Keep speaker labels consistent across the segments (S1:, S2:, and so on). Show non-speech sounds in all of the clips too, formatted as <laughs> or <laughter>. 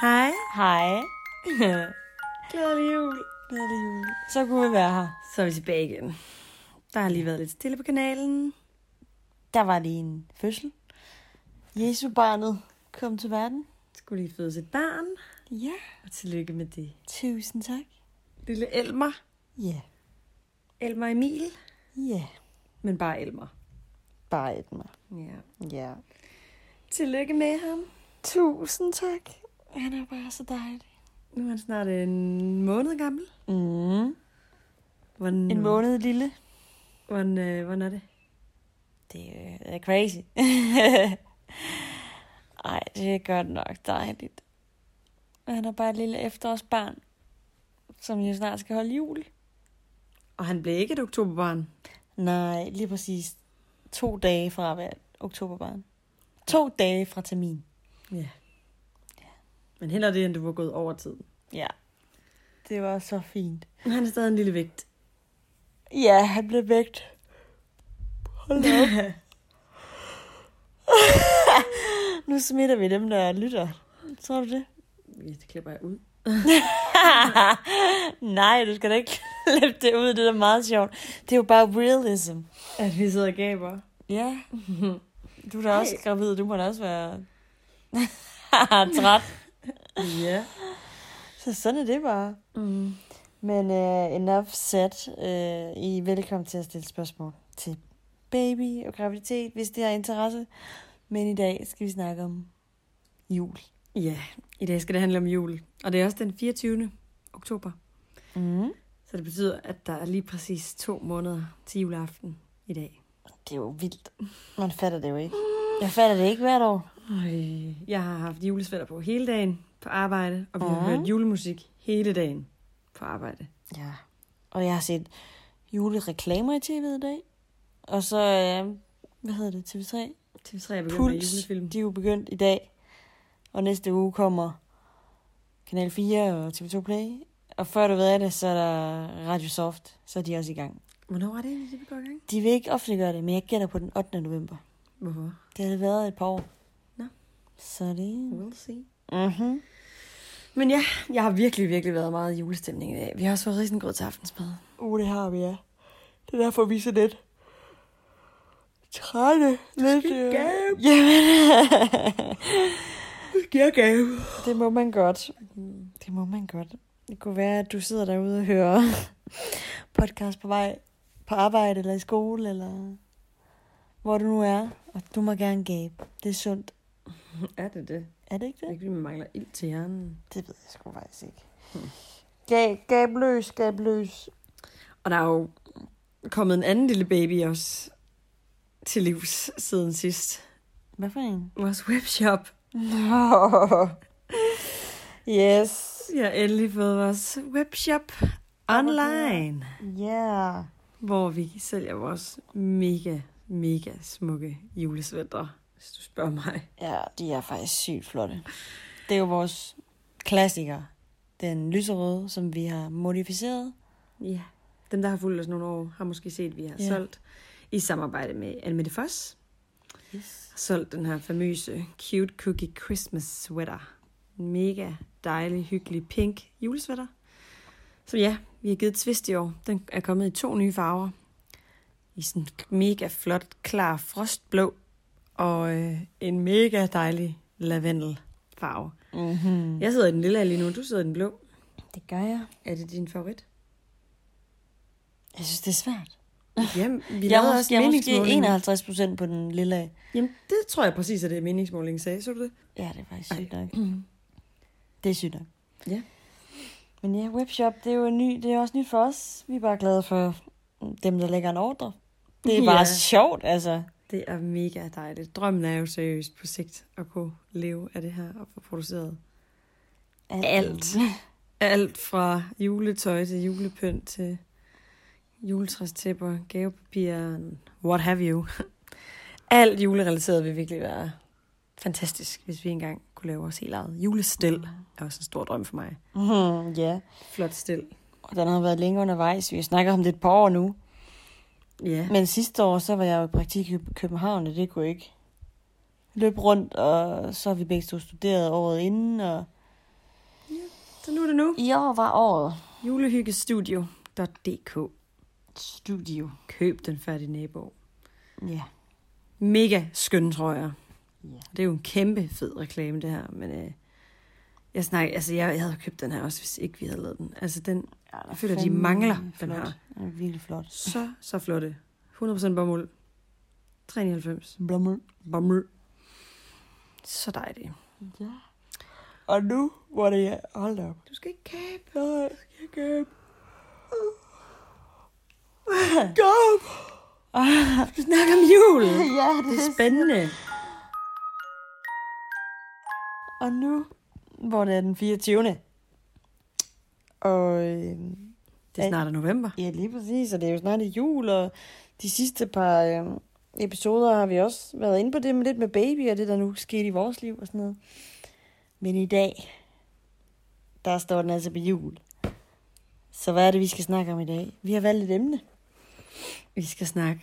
S1: Hej.
S2: Hej.
S1: <laughs> Glædelig jul. Glædelig jul.
S2: Så kunne vi være her.
S1: Så er vi tilbage igen. Der har lige været lidt stille på kanalen.
S2: Der var lige en fødsel. Jesu barnet kom til verden.
S1: Skulle lige fødes et barn.
S2: Ja.
S1: Og tillykke med det.
S2: Tusind tak.
S1: Lille Elmer.
S2: Ja.
S1: Elmer Emil.
S2: Ja.
S1: Men bare Elmer.
S2: Bare et mig.
S1: Ja.
S2: Ja.
S1: Tillykke med ham.
S2: Tusind tak. Han er bare så dejlig.
S1: Nu er han snart en måned gammel.
S2: Mm.
S1: Hvordan,
S2: En måned lille.
S1: Hvordan, øh, hvordan er det?
S2: Det øh, er crazy. <laughs> Ej, det er godt nok dejligt. Han er bare et lille efterårsbarn, som jo snart skal holde jul.
S1: Og han blev ikke et oktoberbarn.
S2: Nej, lige præcis to dage fra at være oktoberbarn. To dage fra termin.
S1: Ja. Men heller det, end du var gået over tiden.
S2: Ja. Det var så fint.
S1: Men han er stadig en lille vægt.
S2: Ja, han blev vægt. Hold da op. <laughs> nu smitter vi dem, der lytter. Tror du det?
S1: Ja, det klipper jeg ud.
S2: <laughs> Nej, du skal da ikke <laughs> klippe det ud. Det er da meget sjovt. Det er jo bare realism.
S1: At vi sidder og gaber.
S2: Ja. Du er da også
S1: Ej.
S2: gravid. Du må da også være <laughs> træt.
S1: Ja.
S2: Så sådan er det bare.
S1: Mm.
S2: Men uh, enough said. Uh, I er velkommen til at stille spørgsmål til baby og graviditet, hvis det har interesse. Men i dag skal vi snakke om jul.
S1: Ja, i dag skal det handle om jul. Og det er også den 24. oktober.
S2: Mm.
S1: Så det betyder, at der er lige præcis to måneder til juleaften i dag.
S2: Det er jo vildt. Man fatter det jo ikke. Jeg fatter det ikke hvert år.
S1: Øj, jeg har haft julesvætter på hele dagen på arbejde, og vi har
S2: Ja.
S1: hørt julemusik hele dagen på arbejde.
S2: Ja. Og jeg har set julereklamer i tv i dag. Og så, øh, hvad hedder det, TV3?
S1: TV3 er begyndt med
S2: Puls,
S1: julefilm.
S2: de er jo begyndt i dag. Og næste uge kommer Kanal 4 og TV2 Play. Og før du ved af det, så er der Radio Soft. Så er de også i gang.
S1: Hvornår er det egentlig, det vi går i gang?
S2: De vil ikke offentliggøre det, men jeg gætter på den 8. november.
S1: Hvorfor?
S2: Det har det været et par år.
S1: Nå.
S2: Så er det...
S1: We'll see.
S2: Mhm.
S1: Men ja, jeg har virkelig, virkelig været meget i julestemning i dag. Vi har også fået risengrød til aftensmad.
S2: Uh, det har vi, ja. Det er derfor, vi er så lidt trætte. Lidt, øh,
S1: gabe.
S2: Jamen, <laughs>
S1: Jeg gav.
S2: det må man godt.
S1: Mm.
S2: Det må man godt. Det kunne være, at du sidder derude og hører <laughs> podcast på vej på arbejde eller i skole, eller hvor du nu er, og du må gerne gabe. Det er sundt.
S1: Er det det?
S2: Er det ikke
S1: Det er
S2: det?
S1: ikke, fordi man mangler ild til hjernen.
S2: Det ved jeg sgu faktisk ikke. Gab, gab løs, gab løs.
S1: Og der er jo kommet en anden lille baby også til livs siden sidst.
S2: Hvad for en?
S1: Vores webshop.
S2: <laughs> Nå. Yes.
S1: Vi har endelig fået vores webshop online,
S2: Yeah.
S1: hvor vi sælger vores mega, mega smukke julesvætter, hvis du spørger mig.
S2: Ja, de er faktisk sygt flotte. Det er jo vores klassiker. Den lyserøde, som vi har modificeret.
S1: Ja. Dem, der har fulgt os nogle år, har måske set, at vi har
S2: Ja.
S1: solgt i samarbejde med Annemette Foss.
S2: Yes.
S1: Har solgt den her famøse Cute Cookie Christmas Sweater. En mega dejlig, hyggelig pink julesvætter. Så ja, vi har givet et twist i år. Den er kommet i to nye farver. I sådan en mega flot, klar frostblå og øh, en mega dejlig lavendelfarve.
S2: Mm-hmm.
S1: Jeg sidder i den lille her lige nu, du sidder i den blå.
S2: Det gør jeg.
S1: Er det din favorit?
S2: Jeg synes, det er svært.
S1: Jamen, vi
S2: Jeg er
S1: lavede
S2: måske,
S1: også
S2: jeg er måske
S1: meningsmålingen.
S2: 51 procent på den lille.
S1: Jamen, det tror jeg præcis er det, meningsmålingen sagde. Så du det?
S2: Ja, det er faktisk sygt nok. Det er sygt nok.
S1: Ja.
S2: Men ja, webshop, det er jo en ny, det er også nyt for os. Vi er bare glade for dem, der lægger en ordre. Det er bare
S1: Ja.
S2: sjovt, altså.
S1: Det er mega dejligt. Drømmen er jo seriøst på sigt at kunne leve af det her og få produceret alt. Alt fra juletøj til julepynt til juletræstæpper, gavepapir, what have you. Alt julerelateret vil virkelig være fantastisk, hvis vi engang kunne lave vores helt eget julestel. er også en stor drøm for mig.
S2: Mhm, ja.
S1: Mm. Flot stel.
S2: Og den har været længe undervejs. Vi snakker om det et par år nu.
S1: Ja.
S2: Men sidste år, så var jeg jo i praktik i København, og det kunne ikke løbe rundt, og så har vi begge to studeret året inden, og
S1: Så nu er det nu.
S2: I år var året.
S1: Julehyggestudio.dk
S2: Studio.
S1: Køb den færdige nabo.
S2: Ja.
S1: Mega skøn, tror jeg.
S2: Ja.
S1: Det er jo en kæmpe fed reklame, det her. Men øh, jeg snakker, altså jeg, jeg havde købt den her også, hvis ikke vi havde lavet den. Altså den
S2: ja
S1: Jeg føler, de mangler den her.
S2: Den er virkelig flot.
S1: så, så flotte. 100% bomuld. 93.
S2: Blommel.
S1: Bomuld. Så dejligt.
S2: Ja. Og nu, hvor det er... Hold da op.
S1: Du skal ikke kæbe.
S2: Nej, jeg kan
S1: <laughs>
S2: Kom!
S1: Du snakker om jul.
S2: <laughs> Ja,
S1: Det er spændende.
S2: Og nu, hvor det er den 24. Og øhm,
S1: Det er snart er november.
S2: Ja, lige præcis, og det er jo snart jul, og de sidste par øh, episoder har vi også været inde på det med lidt med baby, og det der nu skete i vores liv og sådan noget. Men i dag, der står den altså på jul. Så hvad er det, vi skal snakke om i dag? Vi har valgt et emne.
S1: Vi skal snakke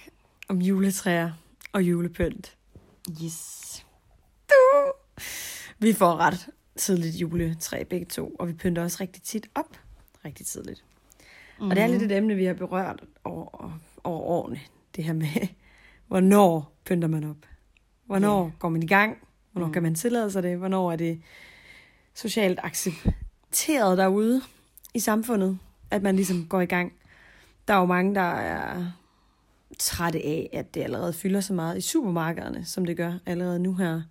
S1: om juletræer og julepynt.
S2: Yes.
S1: Vi får ret tidligt juletræ begge to, og vi pynter også rigtig tit op. Rigtig tidligt. Mm-hmm. Og det er lidt et emne, vi har berørt over, over årene. Det her med, <laughs> hvornår pynter man op? Hvornår yeah. går man i gang? Hvornår mm. kan man tillade sig det? Hvornår er det socialt accepteret derude i samfundet, at man ligesom går i gang? Der er jo mange, der er trætte af, at det allerede fylder så meget i supermarkederne, som det gør allerede nu her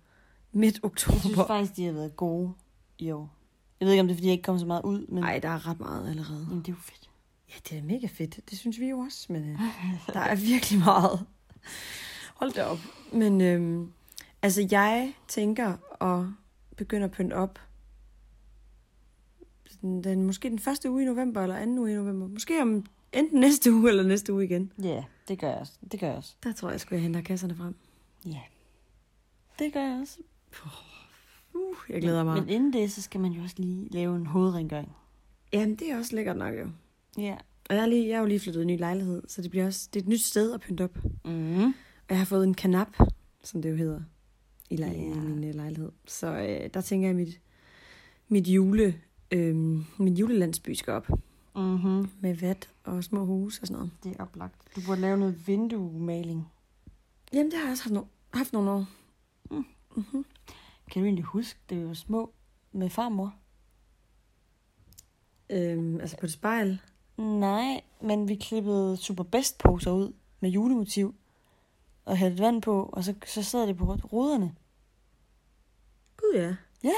S1: midt
S2: Jeg synes
S1: oktober.
S2: faktisk, de har været gode i år. Jeg ved ikke, om det er, fordi jeg ikke kom så meget ud, men
S1: Nej, der er ret meget allerede.
S2: Jamen, det er jo fedt.
S1: Ja, det er mega fedt. Det synes vi jo også, men øh, <laughs> der er virkelig meget. Hold da op. Men øhm, altså, jeg tænker at begynde at pynte op den, den, måske den første uge i november, eller anden uge i november. Måske om enten næste uge eller næste uge igen.
S2: Ja, yeah, det gør jeg også. Det gør jeg også.
S1: Der tror jeg, sgu, jeg henter kasserne frem.
S2: Ja. Yeah. Det gør jeg også.
S1: Uh, jeg glæder mig.
S2: Men inden det, så skal man jo også lige lave en hovedrengøring.
S1: Jamen, det er også lækkert nok jo.
S2: Ja.
S1: Og jeg er, lige, jeg er jo lige flyttet i en ny lejlighed, så det bliver også det er et nyt sted at pynte op.
S2: Mm.
S1: Og jeg har fået en kanap, som det jo hedder, i, lej- yeah. i min øh, lejlighed. Så øh, der tænker jeg, at mit, mit, jule, øh, min julelandsby skal op.
S2: Mm-hmm.
S1: Med vat og små huse og sådan noget.
S2: Det er oplagt. Du burde lave noget vinduemaling.
S1: Jamen, det har jeg også haft, no- haft nogle år.
S2: Kan du egentlig huske, det var små med farmor?
S1: Øhm, altså på et spejl.
S2: Nej, men vi klippede superbest poser ud med julemotiv og hældte vand på, og så, så sad det på ruderne.
S1: Gud ja.
S2: Ja.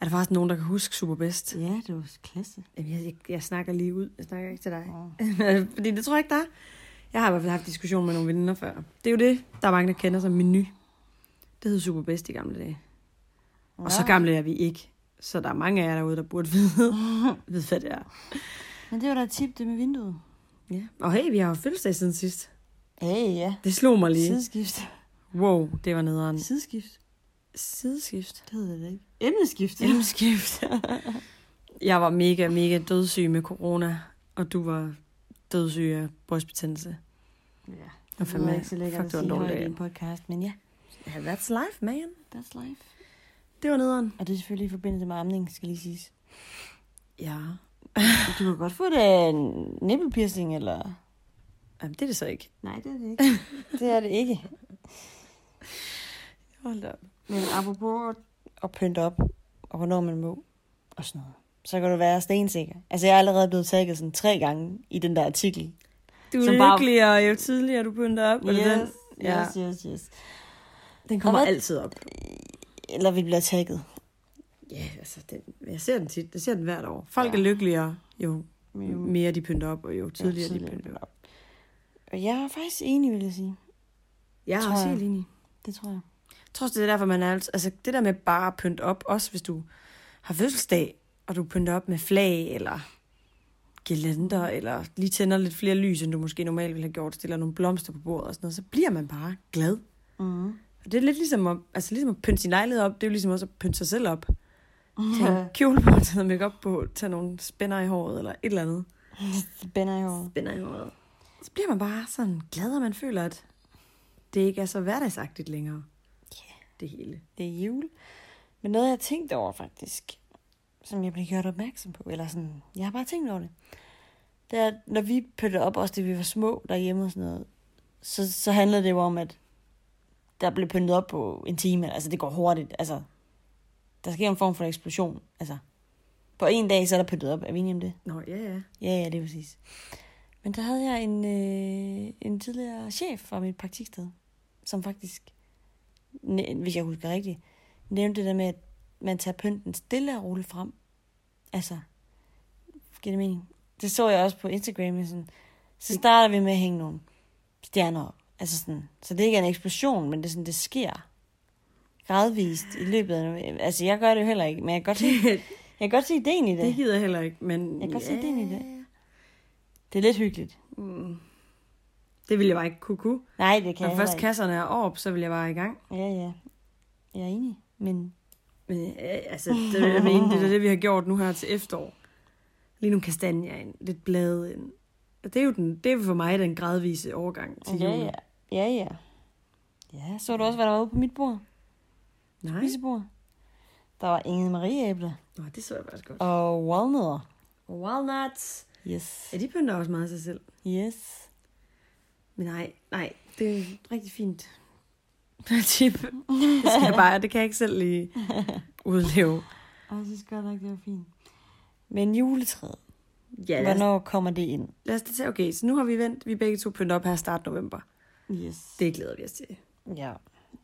S1: Er der faktisk nogen, der kan huske superbedst?
S2: Ja, det var klasse.
S1: Jamen, jeg, jeg, jeg snakker lige ud. Jeg snakker ikke til dig.
S2: Åh.
S1: <laughs> Fordi det tror jeg ikke, der er. Jeg har i hvert fald haft diskussion med nogle venner før. Det er jo det, der er mange, der kender som menu. Det hed Superbedst i gamle dage. Og så gamle er vi ikke. Så der er mange af jer derude, der burde <laughs> vide, vide hvad det er.
S2: Men det var da et tip, det med vinduet.
S1: Ja. Og hey, vi har jo fødselsdag siden sidst.
S2: Hey, ja.
S1: Det slog mig lige.
S2: Sideskift.
S1: Wow, det var nederen.
S2: Sideskift?
S1: Sideskift.
S2: Det hedder det ikke. Emneskift.
S1: Hjemmeskift. <laughs> Jeg var mega, mega dødssyg med corona, og du var dødssyg af brystbetændelse.
S2: Ja.
S1: Og
S2: Det var
S1: fandme,
S2: ikke så lækkert
S1: fuck,
S2: at
S1: det var
S2: sige
S1: en dårlig
S2: højt i
S1: dag.
S2: en podcast, men ja,
S1: Yeah, that's life, man.
S2: that's life.
S1: Det var nederen.
S2: Og det er selvfølgelig i forbindelse med amning, skal lige siges.
S1: Ja.
S2: Du kan godt få det af en nippelpiercing, eller...
S1: Jamen, det er det så ikke.
S2: Nej, det er det ikke. <laughs> det er det ikke.
S1: Hold da op.
S2: Men apropos at pynte op, og hvornår man må, og sådan noget, så kan du være stensikker. Altså, jeg er allerede blevet tagget sådan tre gange i den der artikel.
S1: Du
S2: Som
S1: er
S2: bare-
S1: lykkeligere, jo tidligere du begynder op. Yes. Den? Ja.
S2: yes, yes, yes.
S1: den kommer
S2: Og hvad-
S1: altid op.
S2: Eller vi bliver tagget.
S1: Ja, altså, den, jeg ser den tit. Jeg ser den hvert år. Folk
S2: Ja.
S1: ja. er lykkeligere, jo
S2: Jo.
S1: mere de pynter op, og jo tidligere,
S2: tidligere
S1: de
S2: de
S1: pynter op.
S2: Og jeg er faktisk enig, vil jeg sige.
S1: Jeg
S2: Tror
S1: er også
S2: jeg.
S1: helt enig.
S2: Det tror jeg.
S1: Jeg tror også, det er derfor, man er alt... Altså, det der med bare at pynte op, også hvis du har fødselsdag, og du pynter op med flag, eller gelenter, eller lige tænder lidt flere lys, end du måske normalt ville have gjort, stiller nogle blomster på bordet og sådan noget, så bliver man bare glad.
S2: Mm.
S1: Og det er lidt ligesom at, altså ligesom at pynte sin lejlighed op, det er jo ligesom også at pynte sig selv
S2: <laughs>
S1: op. Tage en kjole på, tage noget makeup på, tage nogle spænder i håret, eller et eller andet.
S2: Det bænder jo.
S1: Spænder i håret. Så bliver man bare sådan glad, og man føler, at det ikke er så hverdagsagtigt længere.
S2: Ja.
S1: Det hele.
S2: Det er jul. Men noget, jeg har tænkt over faktisk, som jeg blev gjort opmærksom på, eller sådan, jeg har bare tænkt over det, det er, at når vi pyttede op, også da vi var små derhjemme og sådan noget, så, så handlede det jo om, at der blev pyntet op på en time, altså det går hurtigt, altså der sker en form for eksplosion, altså på en dag, så er der pyntet op, er vi enige om det?
S1: Nå, ja, ja.
S2: Ja, ja, det er præcis. Men der havde jeg en, øh, en tidligere chef fra mit praktiksted, som faktisk, næ- hvis jeg husker rigtigt, nævnte det der med, at man tager pynten stille og roligt frem. Altså, giver det mening? Det så jeg også på Instagram. men Sådan. Så starter vi med at hænge nogle stjerner op. Altså sådan, så det ikke er en eksplosion, men det, er sådan, det sker gradvist i løbet af... Altså, jeg gør det jo heller ikke, men jeg kan godt se, jeg kan godt se ideen i det.
S1: Det gider jeg heller ikke, men...
S2: Jeg kan godt se ideen i det. Det er lidt hyggeligt.
S1: Mm. Det ville jeg bare ikke kunne kunne.
S2: Nej, det kan
S1: Når
S2: jeg heller
S1: først
S2: ikke.
S1: kasserne er op, så vil jeg bare i gang.
S2: Ja, ja. Jeg er enig, men...
S1: Men øh,
S2: <laughs>
S1: altså, det, jeg mener, det er det, vi har gjort nu her til efterår. Lige nogle kastanjer ind, lidt blade ind. Og det er jo den, det er for mig den gradvise overgang til
S2: Ja,
S1: julen.
S2: ja. Ja, ja. Ja, så du også, hvad der var ude på mit bord?
S1: Nej,
S2: Spisebord? Der var ingen marieæbler
S1: Nå, det så jeg faktisk godt.
S2: og walnødder.
S1: Og walnuts.
S2: Yes.
S1: Ja, de pynter også meget sig selv.
S2: Yes.
S1: Men nej, nej, det er et rigtig fint tip. Det skal jeg bare, det kan jeg ikke selv lige udleve.
S2: Og jeg synes godt nok, det var fint. Men juletræet,
S1: Ja, lad os,
S2: hvornår kommer det ind?
S1: lad os da tage, okay, så nu har vi vendt, vi er begge to pyntet op her i start november.
S2: Yes. Det.
S1: Det glæder vi os til.
S2: Ja.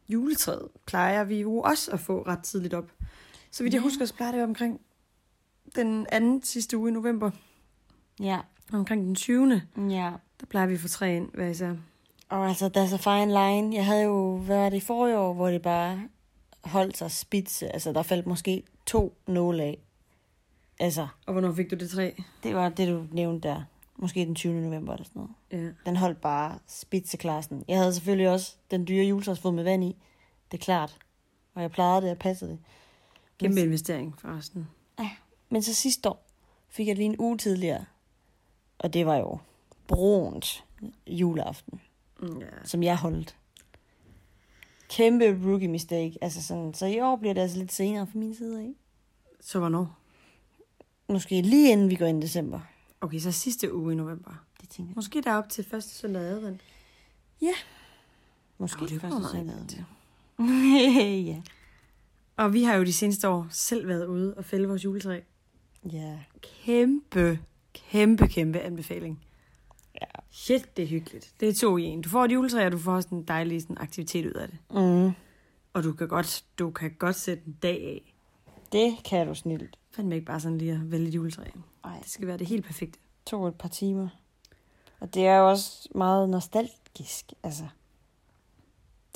S1: juletræet plejer vi jo også at få ret tidligt op. Så vidt jeg husker, så plejer det at være omkring den anden sidste uge i november,
S2: Ja.
S1: og omkring den 20.
S2: Ja.
S1: Der plejer vi at få træ ind, hvad især.
S2: Og altså, there's a fine line. Jeg havde jo, hvad var det, i forrige år, hvor det bare holdt sig spidse. Altså, der faldt måske to nåle af. Altså,
S1: Og hvornår fik du det træ?
S2: det var det, du nævnte der. Måske den 20. november eller sådan noget.
S1: Ja.
S2: Den holdt bare spidseklassen. Jeg havde selvfølgelig også den dyre juletræsfod med vand i. Det er klart. Og jeg plejede det, jeg passede det.
S1: Kæmpe investering, forresten.
S2: Men så sidste år fik jeg lige en uge tidligere. Og det var jo brunt juleaften.
S1: Mm, Ja.
S2: som jeg holdt. Kæmpe rookie mistake. Altså sådan, så i år bliver det altså lidt senere fra min side af.
S1: Så hvornår?
S2: Måske lige inden vi går ind i december.
S1: Okay, så sidste uge i november.
S2: Det tænker jeg.
S1: Måske der er op til første søndag i advent.
S2: Måske
S1: Åh, det var
S2: første
S1: meget
S2: søndag.
S1: godt.
S2: ja.
S1: Og vi har jo de seneste år selv været ude og fælde vores juletræ.
S2: <laughs> Ja.
S1: Kæmpe, kæmpe, kæmpe anbefaling.
S2: Ja.
S1: Shit, det er hyggeligt. Det er to i en. Du får et juletræ, og du får også en dejlig sådan, aktivitet ud af det.
S2: Mm.
S1: Og du kan godt, du kan godt sætte en dag af.
S2: Det kan du snilt.
S1: Fandme ikke bare sådan lige at vælge et juletræ.
S2: Ej,
S1: Det skal være det helt perfekte.
S2: tog et par timer. Og det er jo også meget nostalgisk, altså.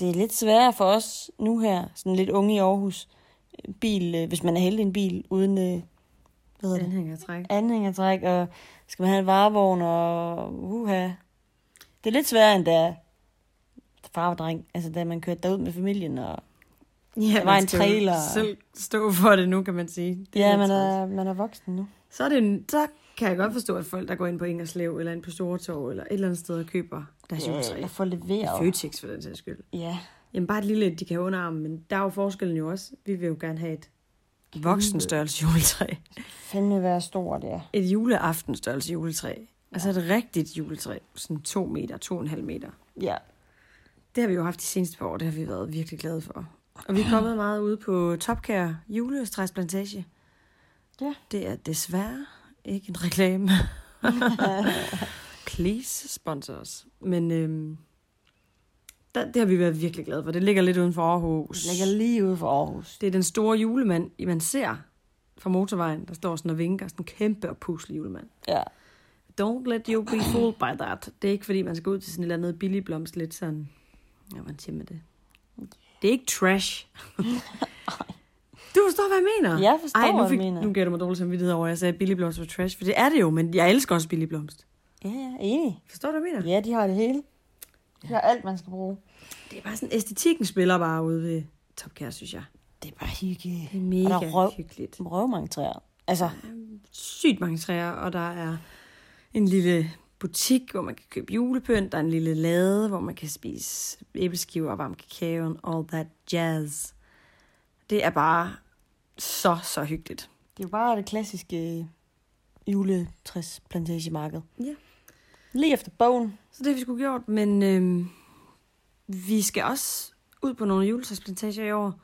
S2: Det er lidt sværere for os nu her, sådan lidt unge i Aarhus. Bil, øh, hvis man er heldig en bil, uden øh, hvad hedder det?
S1: Anhænger træk.
S2: anhængertræk, og skal man have en varevogn, og uha. Det er lidt sværere, end da far var dreng. Altså, da man kørte derud med familien, og
S1: Ja,
S2: Der var
S1: man
S2: en
S1: skal jo
S2: trailer.
S1: Selv stå for det nu, kan man sige. Det
S2: ja,
S1: lidt
S2: man
S1: træls.
S2: er, man er voksen nu.
S1: Så, er det, en- så kan jeg godt forstå, at folk, der går ind på Ingerslev, eller ind på Storetorv, eller et eller andet sted og køber deres juletræ.
S2: Eller får
S1: I
S2: leveret.
S1: Føtex for den sags skyld.
S2: Ja,
S1: Jamen bare et lille, et, de kan have under armen, men der er jo forskellen jo også. Vi vil jo gerne have et voksenstørrelse juletræ.
S2: fandme være stor det er.
S1: <laughs> Et juleaftenstørrelse juletræ. Altså et rigtigt juletræ. Sådan to meter, to og en halv meter.
S2: Ja.
S1: Det har vi jo haft de seneste par år, det har vi været virkelig glade for. Og vi er kommet meget ude på Topkær juletræsplantage.
S2: Ja.
S1: Det er desværre ikke en
S2: <laughs>
S1: reklame. Please sponsor os. Men øhm, der, det har vi været virkelig glade for. Det ligger lidt uden for Aarhus.
S2: Det ligger lige ude for Aarhus.
S1: Det er den store julemand, man ser fra motorvejen, der står sådan og vinker. Sådan en kæmpe og puslig julemand.
S2: Ja.
S1: Don't let you be fooled by that. Det er ikke, fordi man skal ud til sådan et eller andet billig blomst, lidt sådan... Ja, man siger med det. Det er ikke trash. du forstår, hvad jeg mener?
S2: Jeg forstår,
S1: Ej, nu,
S2: hvad
S1: fik,
S2: du mener.
S1: nu gav du mig dårlig samvittighed over, at jeg sagde, at billig blomst var trash. For det er det jo, men jeg elsker også billig blomst.
S2: Ja, ja, enig.
S1: Forstår du, hvad jeg mener?
S2: Ja, de har det hele. De har alt, man skal bruge.
S1: Det er bare sådan, æstetikken spiller bare ude ved Topkær, synes jeg.
S2: Det er bare hygge.
S1: Det er mega
S2: Og der er røv,
S1: hyggeligt.
S2: røv mange træer. Altså,
S1: sygt mange træer, og der er en lille butik, hvor man kan købe julepynt, der er en lille lade, hvor man kan spise æbleskiver og varm kakao and all that jazz. Det er bare så, så hyggeligt.
S2: Det er jo bare det klassiske øh, juletræsplantagemarked.
S1: Ja.
S2: Lige efter bogen.
S1: Så det har vi sgu gjort, men øhm, vi skal også ud på nogle juletræsplantager i år.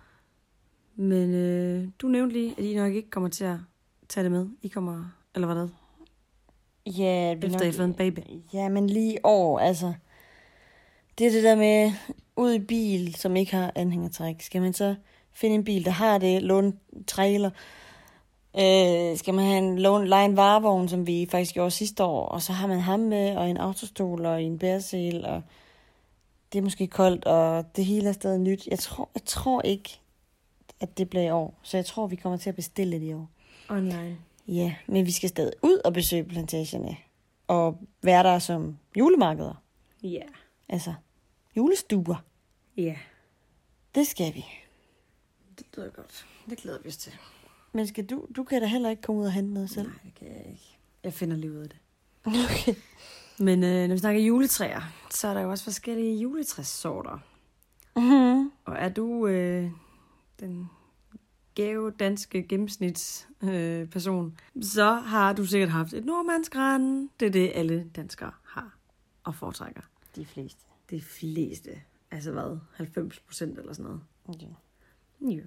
S1: Men øh, du nævnte lige, at I nok ikke kommer til at tage det med. I kommer, eller hvad det er,
S2: Ja, vi
S1: efter I har fået en baby.
S2: Ja, men lige i år, altså. Det er det der med ud i bil, som ikke har anhængertræk. Skal man så finde en bil, der har det, låne en trailer? Øh, skal man have en lån, lege en varevogn, som vi faktisk gjorde sidste år, og så har man ham med, og en autostol, og en bæresæl, og det er måske koldt, og det hele er stadig nyt. Jeg tror, jeg tror ikke, at det bliver i år, så jeg tror, vi kommer til at bestille det i år.
S1: Online.
S2: Ja, men vi skal stadig ud og besøge plantagerne. Og være der som julemarkeder.
S1: Ja.
S2: Altså, julestuer.
S1: Ja,
S2: Det skal vi.
S1: det lyder godt. Det glæder vi os til.
S2: Men skal du, du kan da heller ikke komme ud og hente noget selv.
S1: Nej, det kan jeg ikke. Jeg finder lige ud af det.
S2: Okay.
S1: Men øh, når vi snakker juletræer, så er der jo også forskellige juletræssorter.
S2: Mm-hmm.
S1: Og er du øh, den gave danske gennemsnitsperson, øh, person, så har du sikkert haft et nordmandsgræn. Det er det, alle danskere har og foretrækker.
S2: De fleste.
S1: De fleste. Altså hvad? 90 procent eller sådan noget.
S2: Okay.
S1: Ja.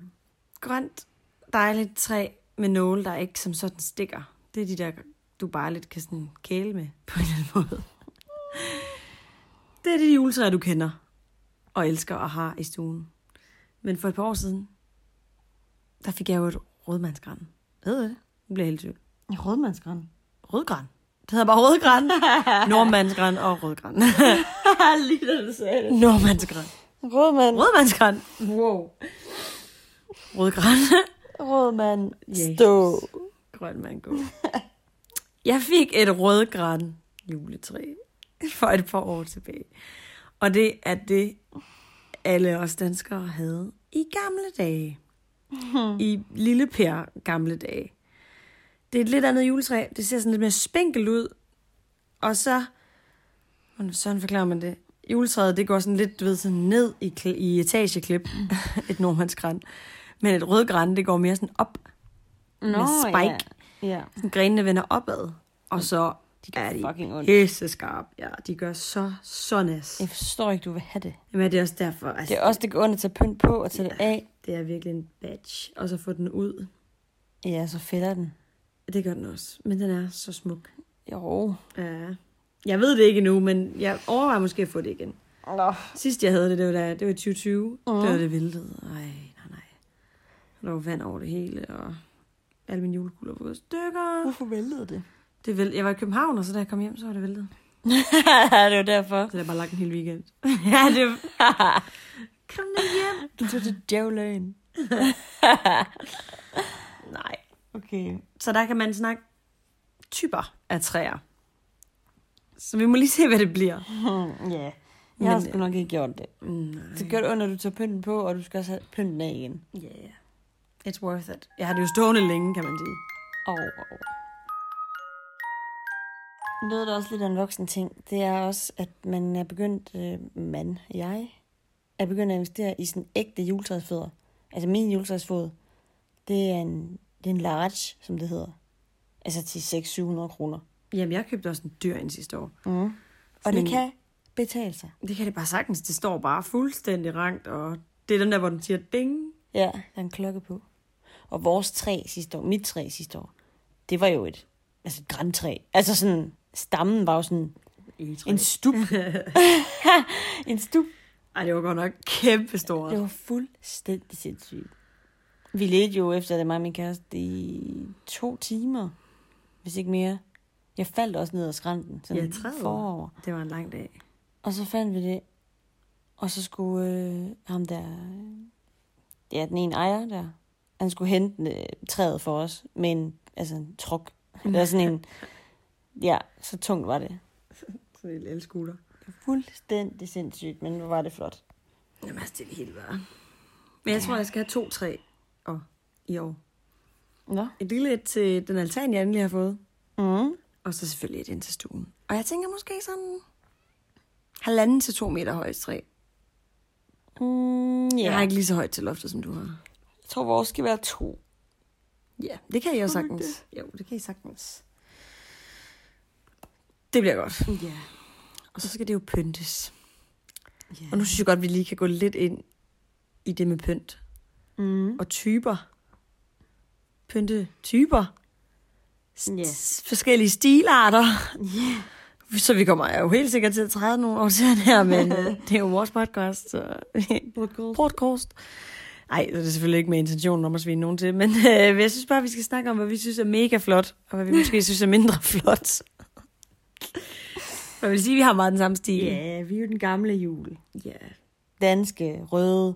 S1: Grønt, dejligt træ med nåle, der ikke som sådan stikker. Det er de der, du bare lidt kan sådan kæle med på en eller anden måde. Det er de juletræer, du kender og elsker og har i stuen. Men for et par år siden, der fik jeg jo et rødmandsgræn. Ved du det? Nu bliver jeg helt i tvivl.
S2: Rødmandsgræn.
S1: Rødgræn. Det hedder bare <laughs> rødgræn. Nordmandsgræn og <laughs> rødgræn.
S2: Lige da du sagde det.
S1: Nordmandsgræn.
S2: Rødmand.
S1: Rødmandsgræn.
S2: Wow.
S1: Rødgræn.
S2: Rødmand.
S1: Jesus.
S2: Stå.
S1: grøn mango. Jeg fik et rødgran juletræ for et par år tilbage. Og det er det, alle os danskere havde i gamle dage. I lille per gamle dage. Det er et lidt andet juletræ. Det ser sådan lidt mere spinkelt ud. Og så... Hvordan sådan forklarer man det? Juletræet, det går sådan lidt, du ved, sådan ned i, kl- i etageklip. <laughs> et nordmandsgræn. Men et rødgræn, det går mere sådan op. Med spike.
S2: Ja. ja.
S1: Grenene vender opad, og så de
S2: gør
S1: er de
S2: fucking ondt.
S1: pisseskarpe. Ja, de gør så sånas.
S2: Jeg forstår ikke, du vil have det.
S1: Jamen, det er også derfor. Altså,
S2: Det er også det går ondt at tage pynt på og tage det af.
S1: det er virkelig en badge, og så få den ud.
S2: Ja, så fælder den.
S1: Det gør den også, men den er så smuk.
S2: Jo.
S1: Ja. Jeg ved det ikke endnu, men jeg overvejer måske at få det igen.
S2: Nå.
S1: Sidst jeg havde det, det var, da, det var i 2020. Mm. Det var det væltet. Ej, nej, nej. Der var vand over det hele, og alle mine julekugler var gået i stykker.
S2: Hvorfor væltede det?
S1: Det vælt, jeg var i København, og så da jeg kom hjem, så var det væltet.
S2: <laughs> det var derfor.
S1: Så det har bare lagt en hel
S2: <laughs>
S1: weekend. ja, det <laughs> Kom nu hjem.
S2: Du tog til djævløen.
S1: Nej.
S2: Okay. <laughs>
S1: Så der kan man snakke typer af træer. Så vi må lige se, hvad det bliver.
S2: Hmm, Ja. Jeg har
S1: Men-
S2: sgu nok ikke gjort det.
S1: Nej.
S2: Så gør det ondt, at du tager pynten på, og du skal også have pynten af igen.
S1: Ja, yeah. It's worth it. Jeg har det jo stående længe, kan man sige.
S2: Og oh, oh. Noget, der også lidt er en voksen ting, det er også, at man er begyndt, øh, man, jeg, er begyndt at investere i sådan ægte juletræsfødder. Altså min juletræsfod, det er en, det er en large, som det hedder. Altså til 600-700 kroner.
S1: Jamen, jeg købte også en dyr ind sidste år.
S2: Mm. Og
S1: Sådan
S2: det
S1: en-
S2: kan betale sig.
S1: Det kan det bare sagtens. Det står bare fuldstændig rangt, og det er den der, hvor den siger ding.
S2: Ja, der er en klokke på. Og vores træ sidste år, mit træ sidste år, det var jo et, altså et græntræ. Altså sådan, stammen var jo sådan en
S1: En... <laughs>
S2: stup. en stup.
S1: Ej, det var godt nok kæmpe stort.
S2: Det var fuldstændig sindssygt. Vi ledte jo efter det, mig og min kæreste, i to timer, hvis ikke mere. Jeg faldt også ned ad skrænten, sådan
S1: Ja, træet.
S2: forover.
S1: det var en lang
S2: <laughs>
S1: dag.
S2: Og så fandt vi det. Og så skulle øh, ham der... øh, Ja, den ene ejer der. Han skulle hente øh, træet for os med en, altså en <laughs> truk. Eller sådan en... Ja, så tungt var det.
S1: Sådan en lille scooter.
S2: Fuldstændig sindssygt, men hvor var det flot.
S1: Jamen, altså, det er det hele værd. Men jeg tror, jeg skal have to træ og i år.
S2: Nå?
S1: Et lille et til den altan, jeg endelig har fået.
S2: Mm.
S1: Og så selvfølgelig et ind til stuen. Og jeg tænker måske sådan halvanden til to meter højt træ. Yeah.
S2: Mm, ja.
S1: Jeg har
S2: Jeg,
S1: ikke lige så højt til loftet, som du har.
S2: tror, vores skal være to.
S1: Ja, det kan I jo
S2: Tror du ikke
S1: sagtens. Det? Jo, det kan I sagtens. Det bliver godt.
S2: Ja.
S1: Og så skal det jo pyntes.
S2: ja.
S1: Og nu synes jeg godt, at vi lige kan gå lidt ind i det med pynt.
S2: mm.
S1: Og typer. Pynte typer.
S2: Ja.
S1: Forskellige stilarter.
S2: ja.
S1: Så vi kommer jo helt sikkert til at træde nogle år til her,
S2: <laughs>
S1: men øh, det er jo vores podcast, så podcast. Nej, det er selvfølgelig ikke med intentionen om at svine nogen til, men øh, jeg synes bare, vi skal snakke om, hvad vi synes er mega flot, og hvad vi måske synes er mindre flot. Jeg vil sige, at vi har meget den samme stil.
S2: Ja, vi er jo den gamle jul.
S1: Yeah.
S2: Danske, røde.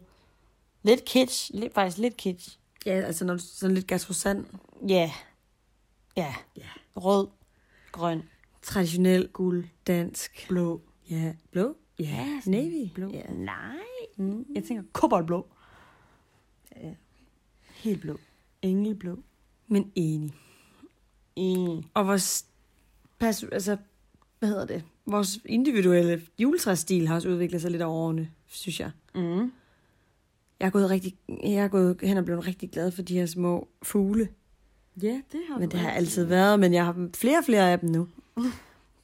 S2: Lidt kitsch. Lidt, faktisk lidt kitsch.
S1: Ja, altså når du sådan lidt gastrosand.
S2: Ja. Ja.
S1: Ja.
S2: Rød, grøn,
S1: Traditionel, guld, dansk.
S2: blå.
S1: Ja, blå. Ja, ja
S2: sådan
S1: navy.
S2: Blå.
S1: Ja.
S2: Nej.
S1: Mm.
S2: Jeg tænker koboldblå.
S1: Ja.
S2: Helt blå. Engelblå.
S1: Men enig.
S2: Mm.
S1: Og vores, pas, altså, hvad hedder det? Vores individuelle juletræsstil har også udviklet sig lidt over årene, synes jeg.
S2: Mm.
S1: Jeg er gået, rigtig, jeg er gået hen og blevet rigtig glad for de her små fugle.
S2: Ja, det har
S1: Men
S2: du
S1: det har
S2: ret i.
S1: altid været, men jeg har flere og flere af dem nu.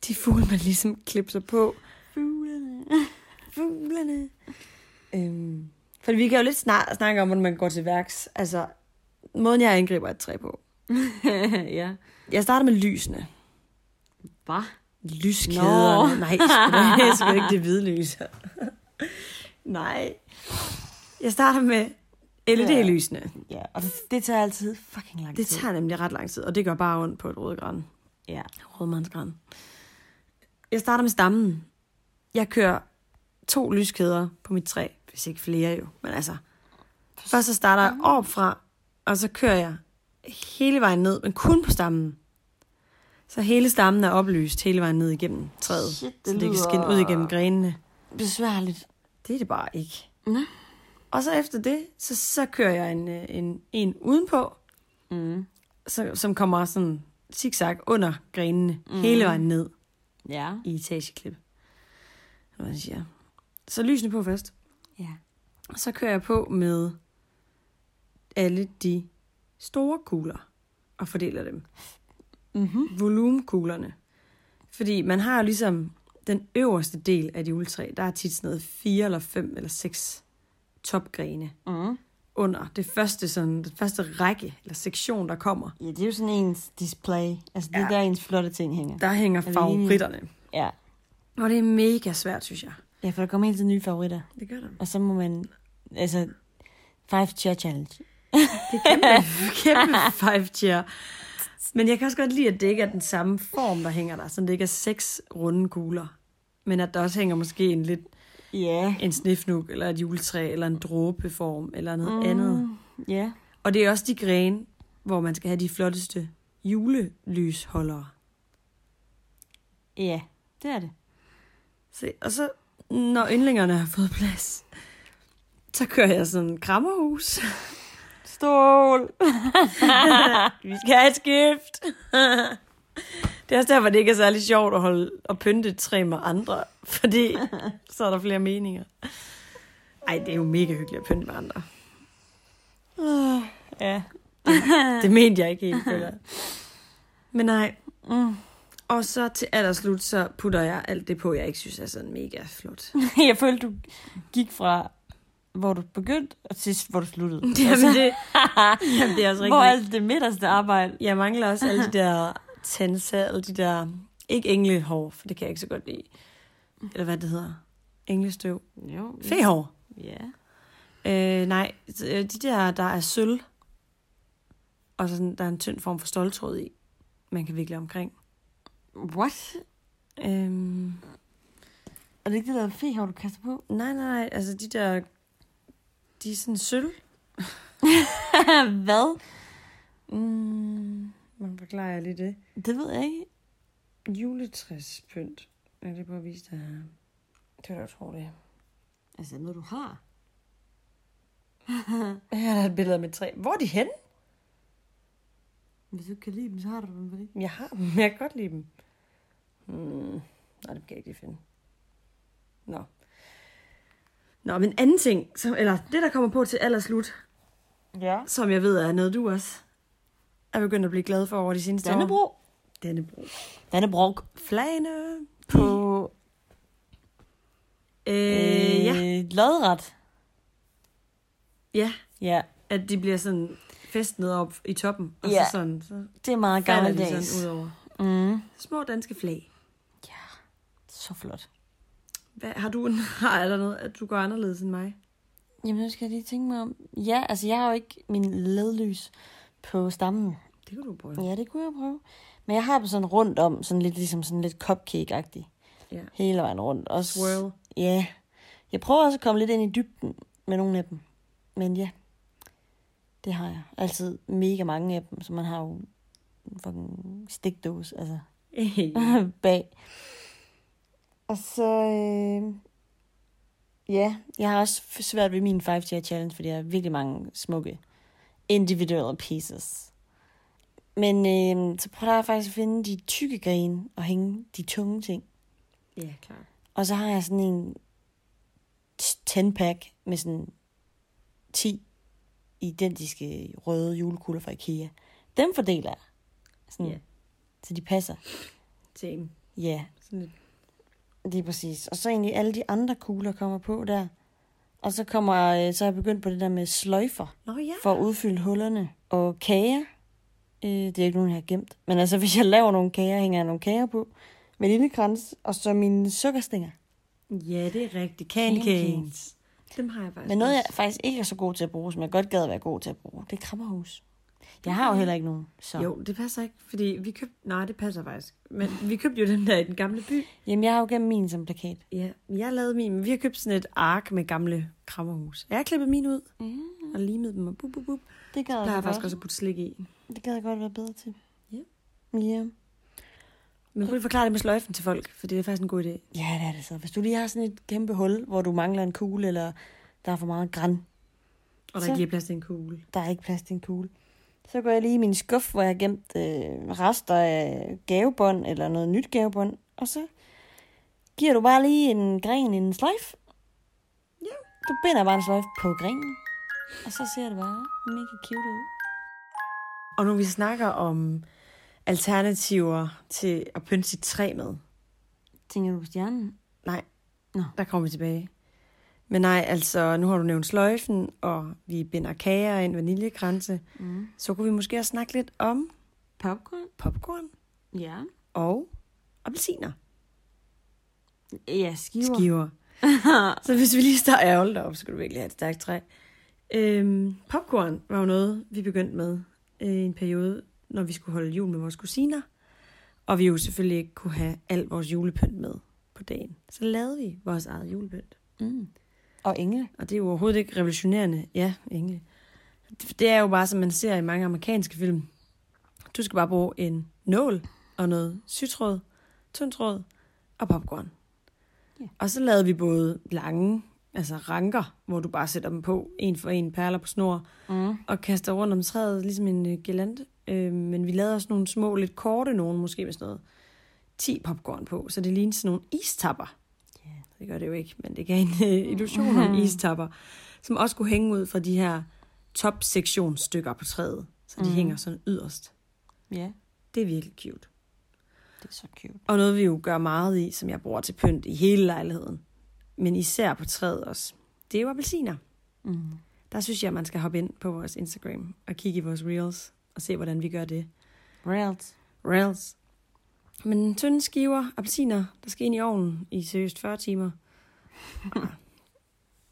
S1: De fugle, man ligesom klipser på.
S2: Fuglene.
S1: <laughs> Fuglene. Øhm, for vi kan jo lidt snart snakke om, hvordan man går til værks. Altså, måden jeg angriber et træ på.
S2: <laughs> ja.
S1: Jeg starter med lysene.
S2: Hva?
S1: Lyskæderne. Nå. Nej, sgu da- jeg skal ikke det hvide
S2: <laughs>
S1: lys. Nej. Jeg starter med LED-lysene.
S2: Ja, og det, det tager altid fucking lang
S1: Det
S2: tid.
S1: tager nemlig ret lang tid, og det gør bare ondt på et rødgræn.
S2: Ja.
S1: Rødmandsgræn. Jeg starter med stammen. Jeg kører to lyskæder på mit træ, hvis ikke flere jo. Men altså, først så starter jeg opfra, og så kører jeg hele vejen ned, men kun på stammen. Så hele stammen er oplyst hele vejen ned igennem træet,
S2: Shit, det
S1: så det kan
S2: lyder-
S1: skinne ud igennem grenene.
S2: Besværligt.
S1: Det er det bare ikke.
S2: Nå.
S1: Og så efter det, så, så kører jeg en, øh, en, en udenpå,
S2: Mm.
S1: så, som kommer sådan zigzag under grenene, mm. hele vejen ned.
S2: Ja.
S1: i etageklip. Eller Hvad man siger. Så lysene på først.
S2: Ja.
S1: Og så kører jeg på med alle de store kugler og fordeler dem.
S2: Mm-hmm.
S1: Volumenkuglerne. Fordi man har jo ligesom den øverste del af et juletræ, der er tit sådan noget fire eller fem eller seks topgrene
S2: Mm.
S1: under det første, sådan, den første række eller sektion, der kommer.
S2: Ja, det er jo sådan ens display. Altså, det er
S1: Ja.
S2: der, ens flotte ting hænger.
S1: Der hænger
S2: Er vi
S1: favoritterne.
S2: Ja.
S1: Og det er mega svært, synes jeg.
S2: Ja, for der kommer hele tiden nye favoritter.
S1: Det gør der.
S2: Og så må man... Altså, five chair challenge.
S1: Det er <laughs> kæmpe, kæmpe five tier. Men jeg kan også godt lide, at det ikke er den samme form, der hænger der. Så det ikke er seks runde kugler. Men at der også hænger måske en lidt
S2: Ja.
S1: en snifnuk, eller et juletræ, eller en dråbeform, eller noget mm. andet.
S2: Ja.
S1: Og det er også de grene, hvor man skal have de flotteste julelysholdere.
S2: Ja, det er det.
S1: Se, og så, når yndlingerne har fået plads, så kører jeg sådan en krammerhus.
S2: Stål!
S1: Vi skal have et skift. det er også derfor, det ikke er særlig sjovt at, holde, at pynte et træ med andre, <laughs> fordi så er der flere meninger. Ej, det er jo mega hyggeligt at pynte med andre.
S2: Ja.
S1: Det mente jeg ikke
S2: <laughs>
S1: helt, føler jeg. Men nej,
S2: Mm.
S1: og så til allerslut, så putter jeg alt det på, jeg ikke synes er sådan mega
S2: <laughs>
S1: flot.
S2: Jeg følte, du gik fra, hvor du begyndte, og til, hvor du sluttede.
S1: <laughs>
S2: Altså,
S1: Jamen
S2: <laughs>
S1: det, jamen, det er altså også
S2: hvor
S1: rigtigt.
S2: alt det midterste arbejde.
S1: Jeg mangler også
S2: <laughs>
S1: alle de der tanser, alle de der, ikke englehår, for det kan jeg ikke så godt lide. Eller hvad det hedder. Englestøv.
S2: Jo.
S1: Fehår.
S2: Ja.
S1: Øh, nej, øh, de der, der er sølv, og sådan, der er en tynd form for stoltråd i, man kan vikle omkring.
S2: What?
S1: Øhm,
S2: Er det ikke det der fehår, du kaster
S1: <laughs>
S2: på?
S1: nej, nej, nej, altså de der, de er sådan sølv.
S2: Hvad?
S1: Mm, man forklarer jeg lige det.
S2: Det ved jeg ikke.
S1: Juletræspynt er det på at vise dig her. Det var da utroligt.
S2: Altså, er det noget, du har?
S1: Her er der et billede af mit træ. Hvor er de henne?
S2: Hvis du ikke kan lide dem, så har du dem vel ikke?
S1: Jeg har dem, <laughs> jeg kan godt lide dem. Hmm. Nej, det kan jeg ikke lige finde. Nå. Nå, men en anden ting, som, eller det, der kommer på til allerslut,
S2: Ja.
S1: som jeg ved er noget, du også er begyndt at blive glad for over de seneste år.
S2: Dannebro.
S1: Dannebro.
S2: Dannebro.
S1: Flagene.
S2: På
S1: Øh,
S2: øh,
S1: ja.
S2: lodret.
S1: ja,
S2: Ja,
S1: at de bliver sådan festnet op i toppen, og
S2: Ja.
S1: så sådan, så
S2: det er meget
S1: falder de sådan
S2: gammeldags.
S1: ud over.
S2: Mm.
S1: Små danske flag.
S2: Så flot.
S1: Hvad, har du en <laughs> har eller noget, at du går anderledes end mig?
S2: Jamen, nu skal jeg lige tænke mig om... Ja, altså, jeg har jo ikke min ledlys på stammen.
S1: Det kan du prøve.
S2: Ja, det kunne jeg prøve. Men jeg har dem sådan rundt om, sådan lidt ligesom sådan lidt cupcake-agtig.
S1: Ja.
S2: Hele vejen rundt. Også,
S1: Swirl.
S2: Ja. Jeg prøver også at komme lidt ind i dybden med nogle af dem. Men ja, det har jeg. Altid mega mange af dem, så man har jo en fucking stikdose, altså bag. Og så, øh, ja, jeg har også f- svært ved min 5 tier challenge, fordi jeg har virkelig mange smukke individuelle pieces. Men øh, så prøver jeg faktisk at finde de tykke grene og hænge de tunge ting.
S1: <laughs> ja, klart.
S2: Og så har jeg sådan en 10-pack med sådan 10 identiske røde julekugler fra Ikea. Dem fordeler jeg. Sådan,
S1: Ja.
S2: Så de passer.
S1: Til en
S2: Ja. Yeah.
S1: sådan lidt
S2: Lige præcis. Og så egentlig alle de andre kugler kommer på der. Og så, kommer, øh, så er jeg begyndt på det der med sløjfer
S1: Nå ja.
S2: for at udfylde hullerne. Og kager. Øh, det er ikke nogen, jeg har gemt. Men altså, <laughs> hvis jeg laver nogle kager, hænger jeg nogle kager på. Med lillekrans og så mine sukkerstænger.
S1: Ja, det er rigtigt. Candy
S2: Candy
S1: canes. Dem har jeg faktisk
S2: Men noget, jeg
S1: også.
S2: faktisk ikke er så god til at bruge, som jeg godt gad at være god til at bruge, det er krabberhus. Jeg har Mm. jo heller ikke nogen. Så.
S1: Jo, det passer ikke, fordi vi købte... Nej, det passer faktisk. Men vi købte jo den der i den gamle by.
S2: Jamen, jeg har jo gemt min som plakat.
S1: Ja, jeg lavede min, men vi har købt sådan et ark med gamle krammerhus. Jeg har klippet mine ud
S2: Mm,
S1: og limet dem og bup, bup, bup.
S2: det gad
S1: Der har
S2: jeg
S1: jeg
S2: godt.
S1: faktisk også puttet slik i.
S2: Det gad jeg godt være bedre til.
S1: Ja.
S2: Ja.
S1: Men prøv lige at forklare det med sløjfen til folk, for det er faktisk en god idé.
S2: Ja, det er det så. Hvis du lige har sådan et kæmpe hul, hvor du mangler en kugle, eller der er for meget græn,
S1: Og der
S2: Så-
S1: er ikke lige plads til en kugle.
S2: der er ikke plads til en kugle, så går jeg lige i min skuff, hvor jeg har gemt øh, rester af gavebånd, eller noget nyt gavebånd, og så giver du bare lige en gren en sløjf.
S1: Ja.
S2: Du binder bare en sløjf på grenen, og så ser det bare mega cute ud.
S1: Og nu vi snakker om alternativer til at pynte sit træ med,
S2: Tænker du på stjernen?
S1: Nej.
S2: Nå.
S1: Der kommer vi tilbage. Men nej, altså, nu har du nævnt sløjfen, og vi binder kager ind, vaniljekranse.
S2: Mm.
S1: Så kunne vi måske også snakke lidt om
S2: Popcorn?
S1: popcorn
S2: Ja.
S1: og appelsiner.
S2: Ja, skiver. <laughs>
S1: Skiver. så hvis vi lige starter ærgerligt op, så kan du virkelig have et stærkt træ. Øhm, popcorn var jo noget, vi begyndte med øh, i en periode, når vi skulle holde jul med vores kusiner. Og vi jo selvfølgelig ikke kunne have alt vores julepynt med på dagen. Så lavede vi vores eget julepynt.
S2: Mm. Og engle.
S1: Og det er jo overhovedet ikke revolutionerende. Ja, engle. Det er jo bare, som man ser i mange amerikanske film. Du skal bare bruge en nål og noget sytråd, tyndtråd og popcorn.
S2: Ja.
S1: Og så lavede vi både lange, altså ranker, hvor du bare sætter dem på, en for en, perler på snor,
S2: Mm.
S1: og kaster rundt om træet, ligesom en øh, gelande. Øh, men vi lavede også nogle små, lidt korte nogen, måske med sådan noget 10 popcorn på, så det lignede sådan nogle istapper.
S2: Ja.
S1: Det gør det jo ikke, men det gav en øh, illusion om istapper, som også kunne hænge ud fra de her top-sektionsstykker på træet, så de
S2: Mhm.
S1: hænger sådan yderst.
S2: Ja,
S1: Det er virkelig cute.
S2: det er så cute.
S1: Og noget, vi jo gør meget i, som jeg bruger til pynt i hele lejligheden, men især på træet også, det er jo appelsiner.
S2: Mm.
S1: Der synes jeg, man skal hoppe ind på vores Instagram og kigge i vores reels og se, hvordan vi gør det.
S2: Rails.
S1: Reels. Men tynde skiver, appelsiner, der skal ind i ovnen i seriøst 40 timer. Ah,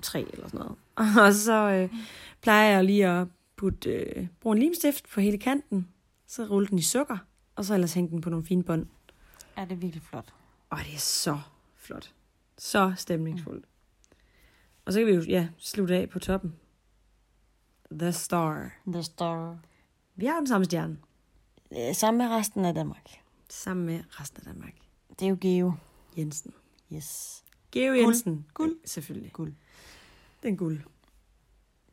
S1: Tre eller sådan noget. <laughs> Og så øh, plejer jeg lige at putte, øh, bruge en limstift på hele kanten, så rulle den i sukker, og så ellers hænge den på nogle fine bånd.
S2: Ja, det er virkelig flot.
S1: Og det er så flot. Så stemningsfuldt. Og så kan vi jo ja, slutte af på toppen. The Star.
S2: The Star.
S1: Vi har jo den samme stjerne,
S2: Øh, Sammen med resten af Danmark.
S1: sammen med resten af Danmark.
S2: Det er jo Geo.
S1: Jensen.
S2: Yes.
S1: Geo
S2: Guld.
S1: Jensen.
S2: Guld.
S1: Selvfølgelig.
S2: Guld.
S1: Den guld.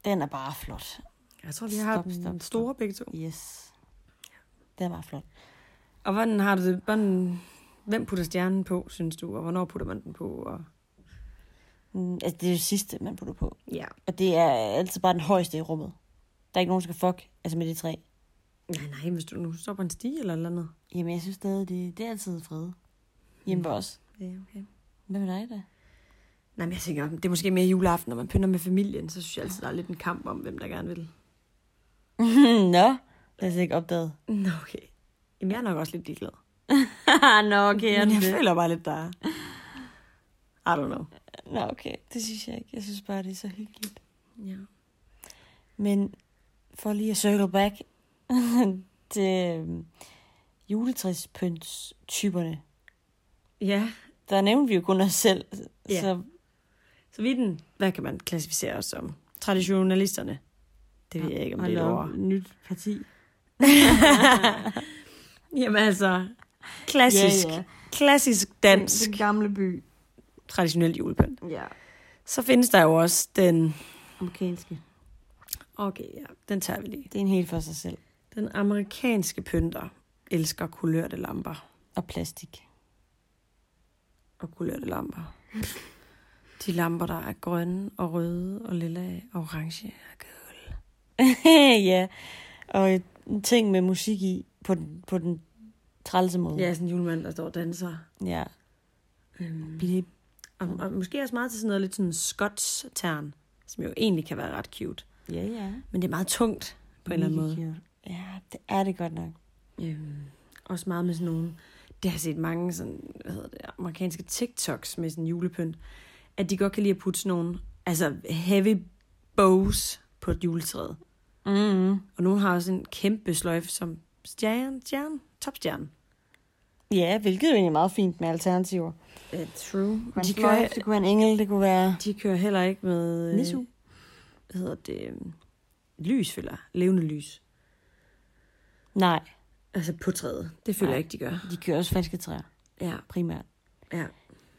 S2: Den er bare flot.
S1: Jeg tror, vi har
S2: Stop,
S1: den
S2: stop, stop.
S1: store begge to.
S2: Yes. Den er bare flot.
S1: Og hvordan har du det? Hvordan, hvem putter stjernen på, synes du? Og hvornår putter man den på? Og...
S2: Mm, altså, det er det sidste, man putter på.
S1: Ja.
S2: Og det er altid bare den højeste i rummet. Der er ikke nogen, der skal fuck altså med de tre.
S1: Nej, nej, hvis du nu står på en stige eller noget andet.
S2: Jamen, jeg synes stadig, det, det er altid fred. Hjemme ved os.
S1: Ja, okay.
S2: Hvad med dig da?
S1: Nej, men jeg tænker, det er måske mere juleaften, når man pynter med familien, så synes jeg altid, der er lidt en kamp om, hvem der gerne vil.
S2: <laughs> Nå, lad os ikke opdage.
S1: Nå, okay. Jamen, jeg er nok også lidt ligeglad.
S2: <laughs> Nå, okay.
S1: Men jeg føler bare lidt, der er... I don't know.
S2: Nå, okay. Det synes jeg ikke. Jeg synes bare, det er så hyggeligt.
S1: Ja.
S2: Men for lige at circle back <laughs> til øhm, juletræspyntstyperne.
S1: Ja,
S2: Der nævnte vi jo kun os selv.
S1: Ja.
S2: Så
S1: så vi er den, hvad kan man klassificere os som? Traditionalisterne. Det ved jeg ikke, om det er et
S2: Hold
S1: ord.
S2: op, Nyt parti.
S1: Jamen altså, klassisk,
S2: Ja, ja.
S1: klassisk dansk
S2: Den gamle by.
S1: traditionel julepynt.
S2: Ja.
S1: Så findes der jo også den...
S2: Amerikanske.
S1: Okay, ja, den tager vi lige.
S2: Det er en helt for sig selv.
S1: Den amerikanske pynter elsker kulørte lamper
S2: Og plastik. <laughs>
S1: og kulørte lamper. De lamper, der er grønne og røde og lilla og orange.
S2: ja. Og en ting med musik i på den, på den trælse måde.
S1: Ja, sådan en julemand, der står og danser.
S2: ja.
S1: Øhm,
S2: Billy.
S1: og, og, måske også meget til sådan noget lidt sådan skotstern, som jo egentlig kan være ret cute.
S2: Ja, ja.
S1: Men det er meget tungt på en eller anden måde.
S2: Mega cute. Ja, det er det godt nok.
S1: Øhm, også meget med sådan nogle, det har jeg set mange sådan, hvad hedder det, amerikanske TikToks med sådan julepynt, at de godt kan lide at putte sådan nogle, altså heavy bows på et juletræet.
S2: Mm-hmm.
S1: Og nogle har også en kæmpe sløjfe som stjerne, stjerne, topstjerne.
S2: Ja, hvilket jo egentlig er meget fint med alternativer.
S1: Uh, true.
S2: Men
S1: De
S2: de
S1: kører,
S2: det kunne være en engel, det kunne være...
S1: de kører heller ikke med, øh,
S2: Nisu.
S1: hvad hedder det, øhm, lys føler jeg. levende lys.
S2: Nej,
S1: Altså på træet. Det føler
S2: Nej.
S1: jeg ikke, de gør.
S2: de kører også falske træer,
S1: Ja,
S2: primært.
S1: ja,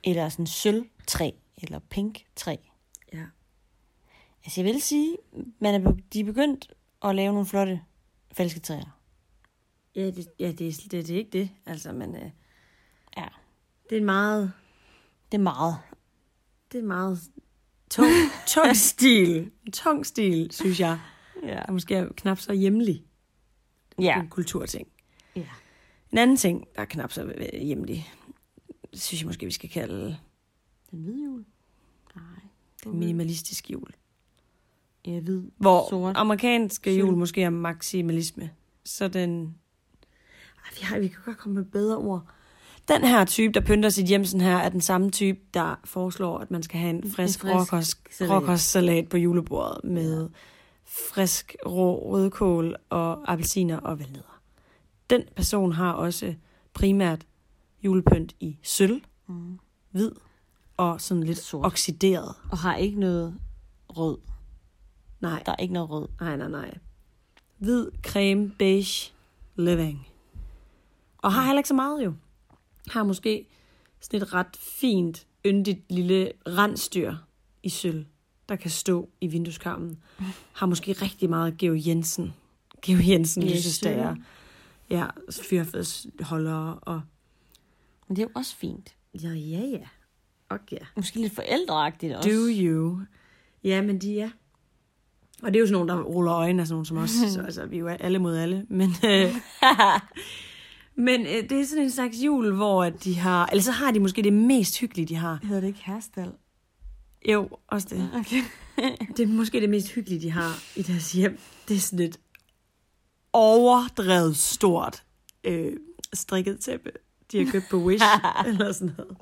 S2: Eller sådan sølvtræ, eller pinktræ.
S1: ja.
S2: Altså jeg vil sige, man er, be- de er begyndt at lave nogle flotte falske træer.
S1: Ja, det, ja, det, er, det, det er ikke det. Altså, men øh,
S2: Ja,
S1: det er en meget
S2: det er meget.
S1: Det er meget tung, <laughs> tung stil. En Tung stil, synes jeg.
S2: <laughs> Ja.
S1: Er måske knap så hjemlig.
S2: Ja.
S1: En kulturting.
S2: ja.
S1: En anden ting, der er knap så øh, hjemlig, synes jeg måske, vi skal kalde
S2: Den hvide jul? Nej.
S1: Mm. minimalistisk jul.
S2: Ja, hvid.
S1: Hvor
S2: Sort.
S1: amerikanske
S2: Sølv.
S1: jul måske er maksimalisme. Så den... Ej, vi, har, vi kan godt komme med bedre ord. Den her type, der pynter sit hjem sådan her, er den samme type, der foreslår, at man skal have en frisk,
S2: frisk
S1: frisk
S2: salat.
S1: råkostsalat på julebordet med frisk rå rødkål og appelsiner og valnødder. Den person har også primært julepynt i sølv,
S2: Mm.
S1: hvid og sådan lidt
S2: Sort.
S1: Sort. oxideret.
S2: Og har ikke noget rød.
S1: Nej,
S2: Der er ikke noget rød.
S1: nej, nej, nej. Hvid, creme, beige, living. Og har heller ikke så meget jo. Har måske sådan et ret fint, yndigt lille rensdyr i sølv, der kan stå i vindueskarmen. Har måske rigtig meget Geo Jensen. Geo Jensen,
S2: Ja, i
S1: lysestager. Ja, fyrfedsholdere og...
S2: Men det er jo også fint.
S1: Ja, ja, ja. Okay.
S2: Måske lidt forældreagtigt også.
S1: Do you? Ja, men de er. Og det er jo sådan nogen, der ruller øjnene af sådan nogen som <laughs> os. Så, altså, vi er jo alle mod alle. Men, <laughs> øh, men øh, det er sådan en slags jul, hvor at de har... Eller så har de måske det mest hyggelige, de har.
S2: Hedder det ikke herrestal?
S1: Jo, også det.
S2: <laughs> Okay.
S1: Det er måske det mest hyggelige, de har i deres hjem. Det er sådan et overdrevet stort øh, strikket tæppe, de har købt på <laughs> Wish, eller sådan noget.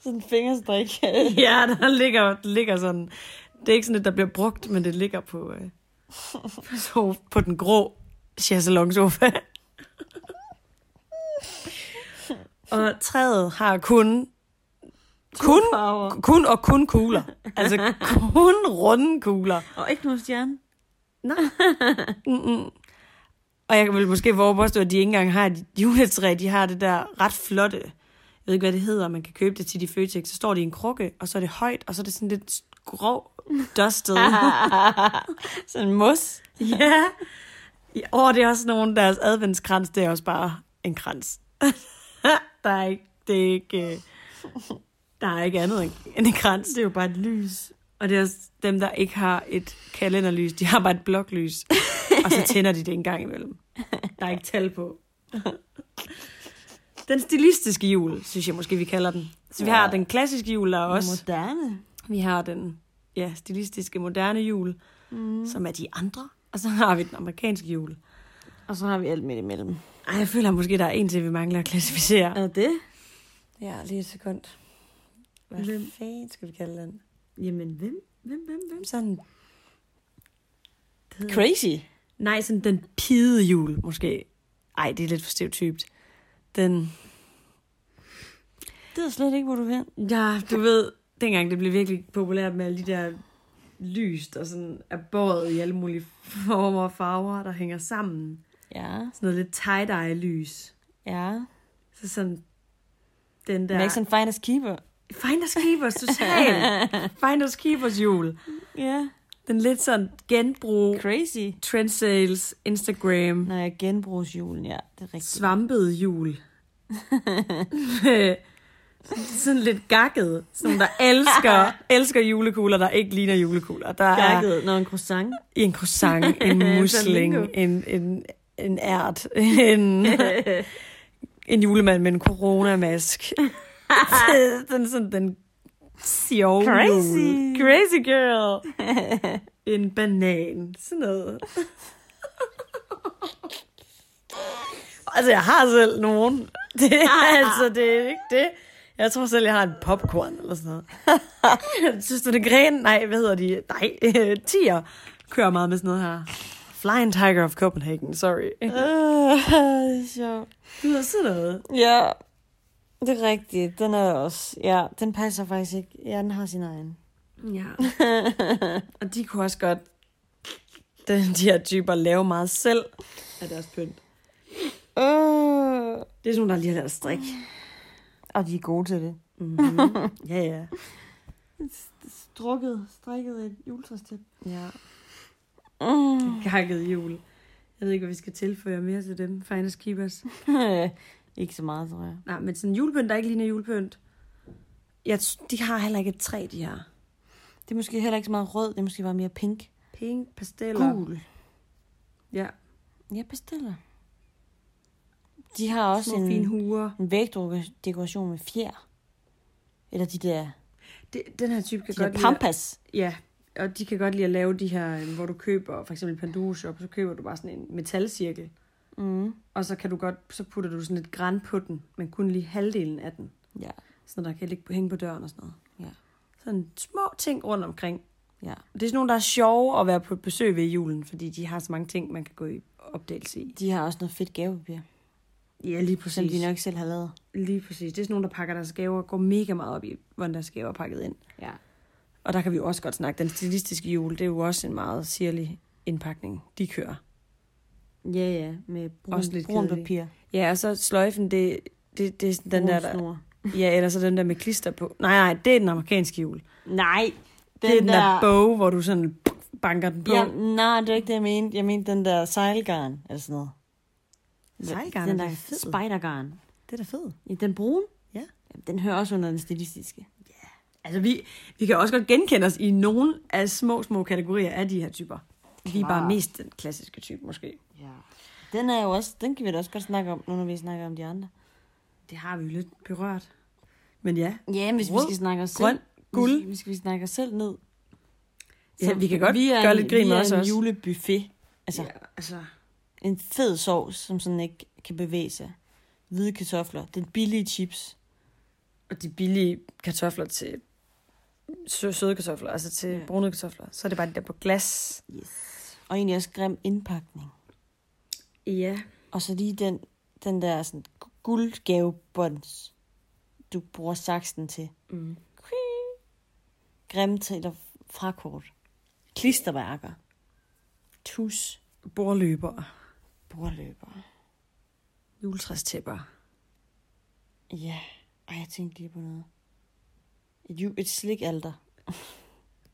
S2: Sådan en fingerstrik.
S1: <laughs> Ja, der ligger, ligger sådan... Det er ikke sådan, at der bliver brugt, men det ligger på, øh, på, sofa, på den grå chaiselongsofa. og træet har kun... Kun,
S2: farver.
S1: kun og kun kugler. Altså kun runde kugler.
S2: Og ikke nogen stjerne.
S1: Og jeg vil måske forpåstå, at de ikke engang har et juletræ. De har det der ret flotte, jeg ved ikke, hvad det hedder, man kan købe det til de Føtex. Så står det i en krukke, og så er det højt, og så er det sådan lidt grov, dustet.
S2: Sådan en mos.
S1: <laughs> ja. ja. Og det er også nogen, deres adventskrans, det er også bare en krans. <laughs> der er ikke, det er ikke, øh, der er ikke andet end- end en krans. Det er jo bare et lys. Og det er også dem, der ikke har et kalenderlys, de har bare et bloklys. og så tænder de det en gang imellem. Der er ikke tal på. Den stilistiske jul, synes jeg måske, vi kalder den. Så vi
S2: Ja.
S1: har den klassiske jul, der er også.
S2: Moderne.
S1: Vi har den ja, stilistiske moderne jul, mm. som er de andre. Og så har vi den amerikanske jul.
S2: Og så har vi alt midt imellem.
S1: Ej, jeg føler måske, der er en til, vi mangler at klassificere.
S2: Er det?
S1: Ja, lige et sekund. Hvad
S2: Hvem?
S1: fanden skal vi kalde den?
S2: Jamen, hvem? Hvem, hvem, hvem?
S1: Sådan,
S2: Crazy.
S1: nej, sådan den pide jul, måske. Ej, det er lidt for stereotypt. Den,
S2: Det er slet ikke, hvor du hen.
S1: ja, du ved, dengang det blev virkelig populært med alle de der lyst og sådan er båret i alle mulige former og farver, der hænger sammen.
S2: Ja,
S1: Sådan noget lidt tie-dye-lys.
S2: ja.
S1: Så sådan den
S2: Der.
S1: der...
S2: Ikke sådan finest keeper.
S1: Finders Keepers, totalt.
S2: <laughs>
S1: Finders Keepers jul.
S2: Ja.
S1: Den lidt sådan genbrug,
S2: Crazy.
S1: trendsales, Instagram,
S2: Når jeg genbrugsjulen, ja, det er rigtigt.
S1: svampede
S2: <laughs>
S1: jul. sådan lidt gakket, som der elsker,
S2: <laughs>
S1: elsker julekugler, der ikke ligner julekugler. Der er
S2: Gakket, når en croissant.
S1: en croissant, en musling, en, en, en ært, <laughs> en, en julemand med en coronamask. den er sådan den sjove jul.
S2: Crazy.
S1: Crazy girl. en banan. Sådan noget. altså, jeg har selv nogen. <laughs> Det, er- altså, det er ikke det. Jeg tror selv, jeg har en popcorn eller sådan noget. <laughs> Synes du, det er gren? Nej, hvad hedder de? Nej, <laughs> øh, tiger kører meget med sådan noget her. Flying Tiger of Copenhagen, sorry.
S2: Øh, det er sjovt.
S1: Du ved sådan noget.
S2: Ja, det er rigtigt. Den er også... Ja, den passer faktisk ikke. Ja, den har sin egen.
S1: Ja. <laughs> og de kunne også godt, de, de her typer, lave meget selv af deres pynt.
S2: Øh.
S1: Det er sådan nogle, der lige har lært at strikke.
S2: Og de er gode til det.
S1: Mm-hmm. Ja, ja.
S2: Strukket, strikket et juletræstip.
S1: ja.
S2: Mm.
S1: Gakket jul. Jeg ved ikke, hvad vi skal tilføje mere til dem. Finest keepers.
S2: <laughs> ikke så meget, tror jeg.
S1: Nej, men sådan en julepynt, der ikke ligner julepynt. Jeg, t- de har heller ikke et træ, de her.
S2: Det er måske heller ikke så meget rød, det er måske bare mere pink.
S1: Pink, pasteller.
S2: Gul.
S1: Ja.
S2: Ja, bestiller. De har også
S1: Små fine
S2: en,
S1: huer.
S2: en vægdekoration med fjer. Eller de der,
S1: Det, den her type kan
S2: de
S1: godt
S2: der pampas.
S1: Ja, og de kan godt lide at lave de her, øh, hvor du køber, for eksempel i Panduro Shop, så køber du bare sådan en metalcirkel,
S2: Mm.
S1: og så kan du godt, så putter du sådan lidt græn på den, men kun lige halvdelen af den,
S2: Ja,
S1: sådan der kan ligge på, hænge på døren og sådan noget.
S2: Ja.
S1: Sådan små ting rundt omkring.
S2: ja.
S1: Det er sådan nogle, der er sjove at være på et besøg ved i julen, fordi de har så mange ting, man kan gå i opdagelse i.
S2: De har også noget fedt gavepapir,
S1: Ja, lige
S2: som
S1: præcis.
S2: de nok selv har lavet.
S1: Lige præcis. Det er sådan nogle, der pakker deres gaver og går mega meget op i, hvordan deres gaver er pakket ind.
S2: Ja.
S1: Og der kan vi jo også godt snakke, den stilistiske jul, det er jo også en meget sirlig indpakning, de kører.
S2: Ja, ja, med brun,
S1: Også lidt
S2: brun
S1: kedelige.
S2: papir.
S1: Ja, og så sløjfen, det, det, det er sådan den
S2: brun
S1: der, der...
S2: snor.
S1: Ja, eller så den der med klister på. Nej, nej, det er den amerikanske jul. Den
S2: Nej,
S1: det er den der, bog, hvor du sådan banker den på.
S2: Ja,
S1: Ja.
S2: nej, det er ikke det, jeg mente. Jeg mente den der sejlgarn, eller sådan noget.
S1: Sejlgarn
S2: Den
S1: er
S2: der
S1: da fed.
S2: spidergarn.
S1: Det er da fedt.
S2: Ja, den brune?
S1: Ja.
S2: Jamen, Den hører også under den stilistiske.
S1: Altså, vi, vi kan også godt genkende os i nogle af små, små kategorier af de her typer. Vi er bare
S2: Klar.
S1: mest den klassiske type, måske.
S2: Ja. Den er jo også, den kan vi da også godt snakke om, nu når vi snakker om de andre.
S1: Det har vi jo lidt berørt. Men ja,
S2: Ja, men hvis
S1: Rød,
S2: vi skal snakke os selv.
S1: grøn, guld.
S2: Hvis, hvis vi snakker os selv ned.
S1: Ja,
S2: Så
S1: vi kan godt
S2: vi er
S1: gøre
S2: en-
S1: lidt grin
S2: vi
S1: med
S2: er
S1: os
S2: en
S1: også.
S2: julebuffet. Altså, ja.
S1: ja, altså
S2: en fed sovs, som sådan ikke kan bevæge sig. Hvide kartofler. Den billige chips.
S1: og de billige kartofler til sø- søde kartofler, altså til
S2: Ja.
S1: brune kartofler, så er det bare de der på glas.
S2: Yes. Og egentlig også grim indpakning.
S1: Ja.
S2: Og så lige den, den der sådan guldgavebånds, du bruger saksen til.
S1: Mm.
S2: Grim til eller frakort. Klistermærker. Tus.
S1: Borløber.
S2: Bordløber.
S1: Juletræstæpper.
S2: Ja. Og jeg tænkte lige på noget. Et, ju- et slikalter.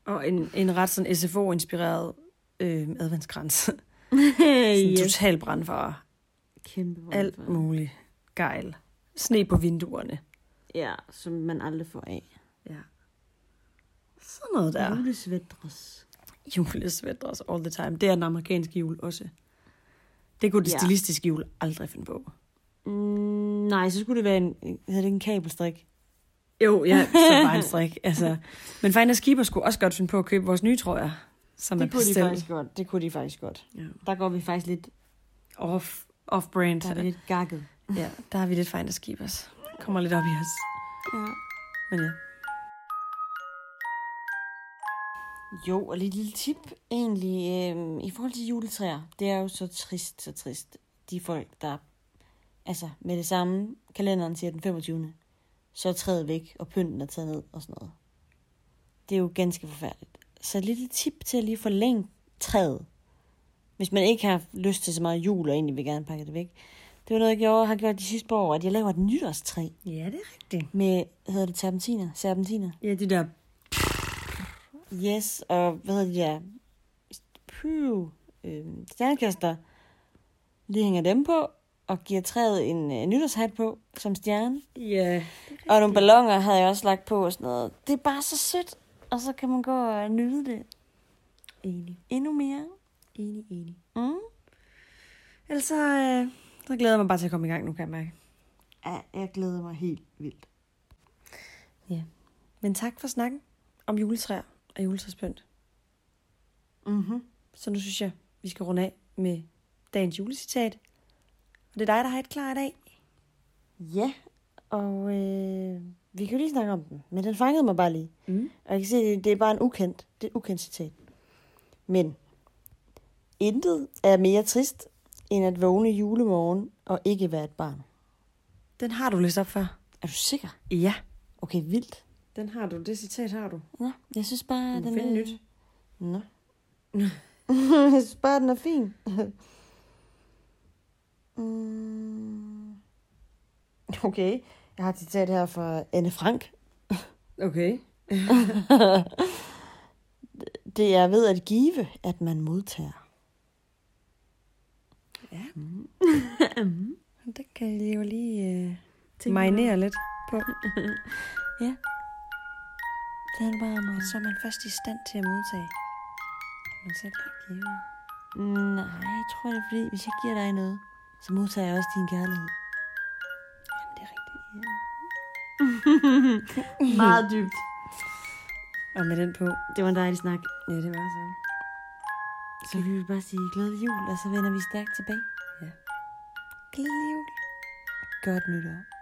S1: Og en, en ret sådan SFO-inspireret øh, adventskrans. Sådan
S2: <laughs> yes.
S1: total brandfare.
S2: Kæmpe
S1: Alt
S2: voldfart.
S1: muligt. Gejl. Sne på vinduerne.
S2: Ja, som man aldrig får af.
S1: Ja. Sådan noget der.
S2: Mm. Julesvætres.
S1: Julesvætter all the time. Det er den amerikanske jul også. Det kunne det
S2: Ja.
S1: stilistiske hjul aldrig finde på.
S2: Mm, nej, så skulle det være en, hedder det en
S1: <laughs>
S2: kabelstrik.
S1: Jo, ja, så bare en strik. Altså. Men Finder Keeper skulle også godt finde på at købe vores nye trøjer, som er
S2: Det kunne, de
S1: bestilt.
S2: faktisk godt. det kunne de faktisk godt.
S1: Ja.
S2: Der går vi faktisk lidt,
S1: Off, off-brand.
S2: der er vi lidt gakket.
S1: Ja, der er vi lidt Finder Keepers. Kommer lidt op i os.
S2: Ja.
S1: Men ja.
S2: Jo, og lige et lille tip egentlig øhm, i forhold til juletræer. Det er jo så trist, så trist. De folk, der altså med det samme, kalenderen siger den 25. Så er træet væk, og pynten er taget ned og sådan noget. Det er jo ganske forfærdeligt. Så et lille tip til at lige forlænge træet. Hvis man ikke har lyst til så meget jul, og egentlig vil gerne pakke det væk. Det var noget, jeg gjorde, har gjort de sidste par år, at jeg laver et nytårstræ
S1: Ja, det er rigtigt.
S2: med, hedder det terpentiner? Serpentiner.
S1: Ja, de der...
S2: Yes, og hvad hedder det der? Pyv. Øh, stjernekaster. Lige hænger dem på, og giver træet en øh, nytårshat på, som stjerne.
S1: Ja.
S2: Og nogle ballonger havde jeg også lagt på og sådan noget. Det er bare så sødt, og så kan man gå og nyde det
S1: Enig,
S2: endnu mere.
S1: enig, enig.
S2: Mm.
S1: Ellers så, øh, så glæder jeg mig bare til at komme i gang nu, kan jeg mærke.
S2: Ja, jeg glæder mig helt vildt.
S1: Men tak for snakken om juletræer og juletræspynt.
S2: Mm-hmm.
S1: Så nu synes jeg, vi skal runde af med dagens julecitat. Og det er dig, der har et klar i dag.
S2: Ja, og øh, vi kan jo lige snakke om den, men den fangede mig bare lige.
S1: Mm.
S2: Og jeg kan se, det, det er bare en ukendt, det er et ukendt citat. Men intet er mere trist, end at vågne julemorgen og ikke være et barn.
S1: Den har du læst op før.
S2: Er du sikker?
S1: Ja.
S2: Okay, vildt.
S1: Den har du. Det citat har du.
S2: Nå, jeg synes bare,
S1: Du
S2: den
S1: må finde
S2: er...
S1: nyt.
S2: Nå. <laughs> jeg synes bare, den er fin. <laughs> Mm. okay, jeg har et citat her fra Anne Frank.
S1: Okay.
S2: Det er ved at give, at man modtager.
S1: Ja. Den kan jeg jo lige øh,
S2: Tænke
S1: marinere lidt på.
S2: Det er bare meget...
S1: Så er man først i stand til at modtage. Man selv har givet.
S2: Nej, jeg tror det er fordi, hvis jeg giver dig noget, så modtager jeg også din kærlighed.
S1: Jamen, det er rigtigt.
S2: <laughs> Meget dybt.
S1: Og med den på.
S2: Det var en dejlig snak.
S1: Ja, det var så.
S2: Så vi vil bare sige glædelig jul, og så vender vi stærkt tilbage.
S1: Glædelig jul.
S2: Godt nytår.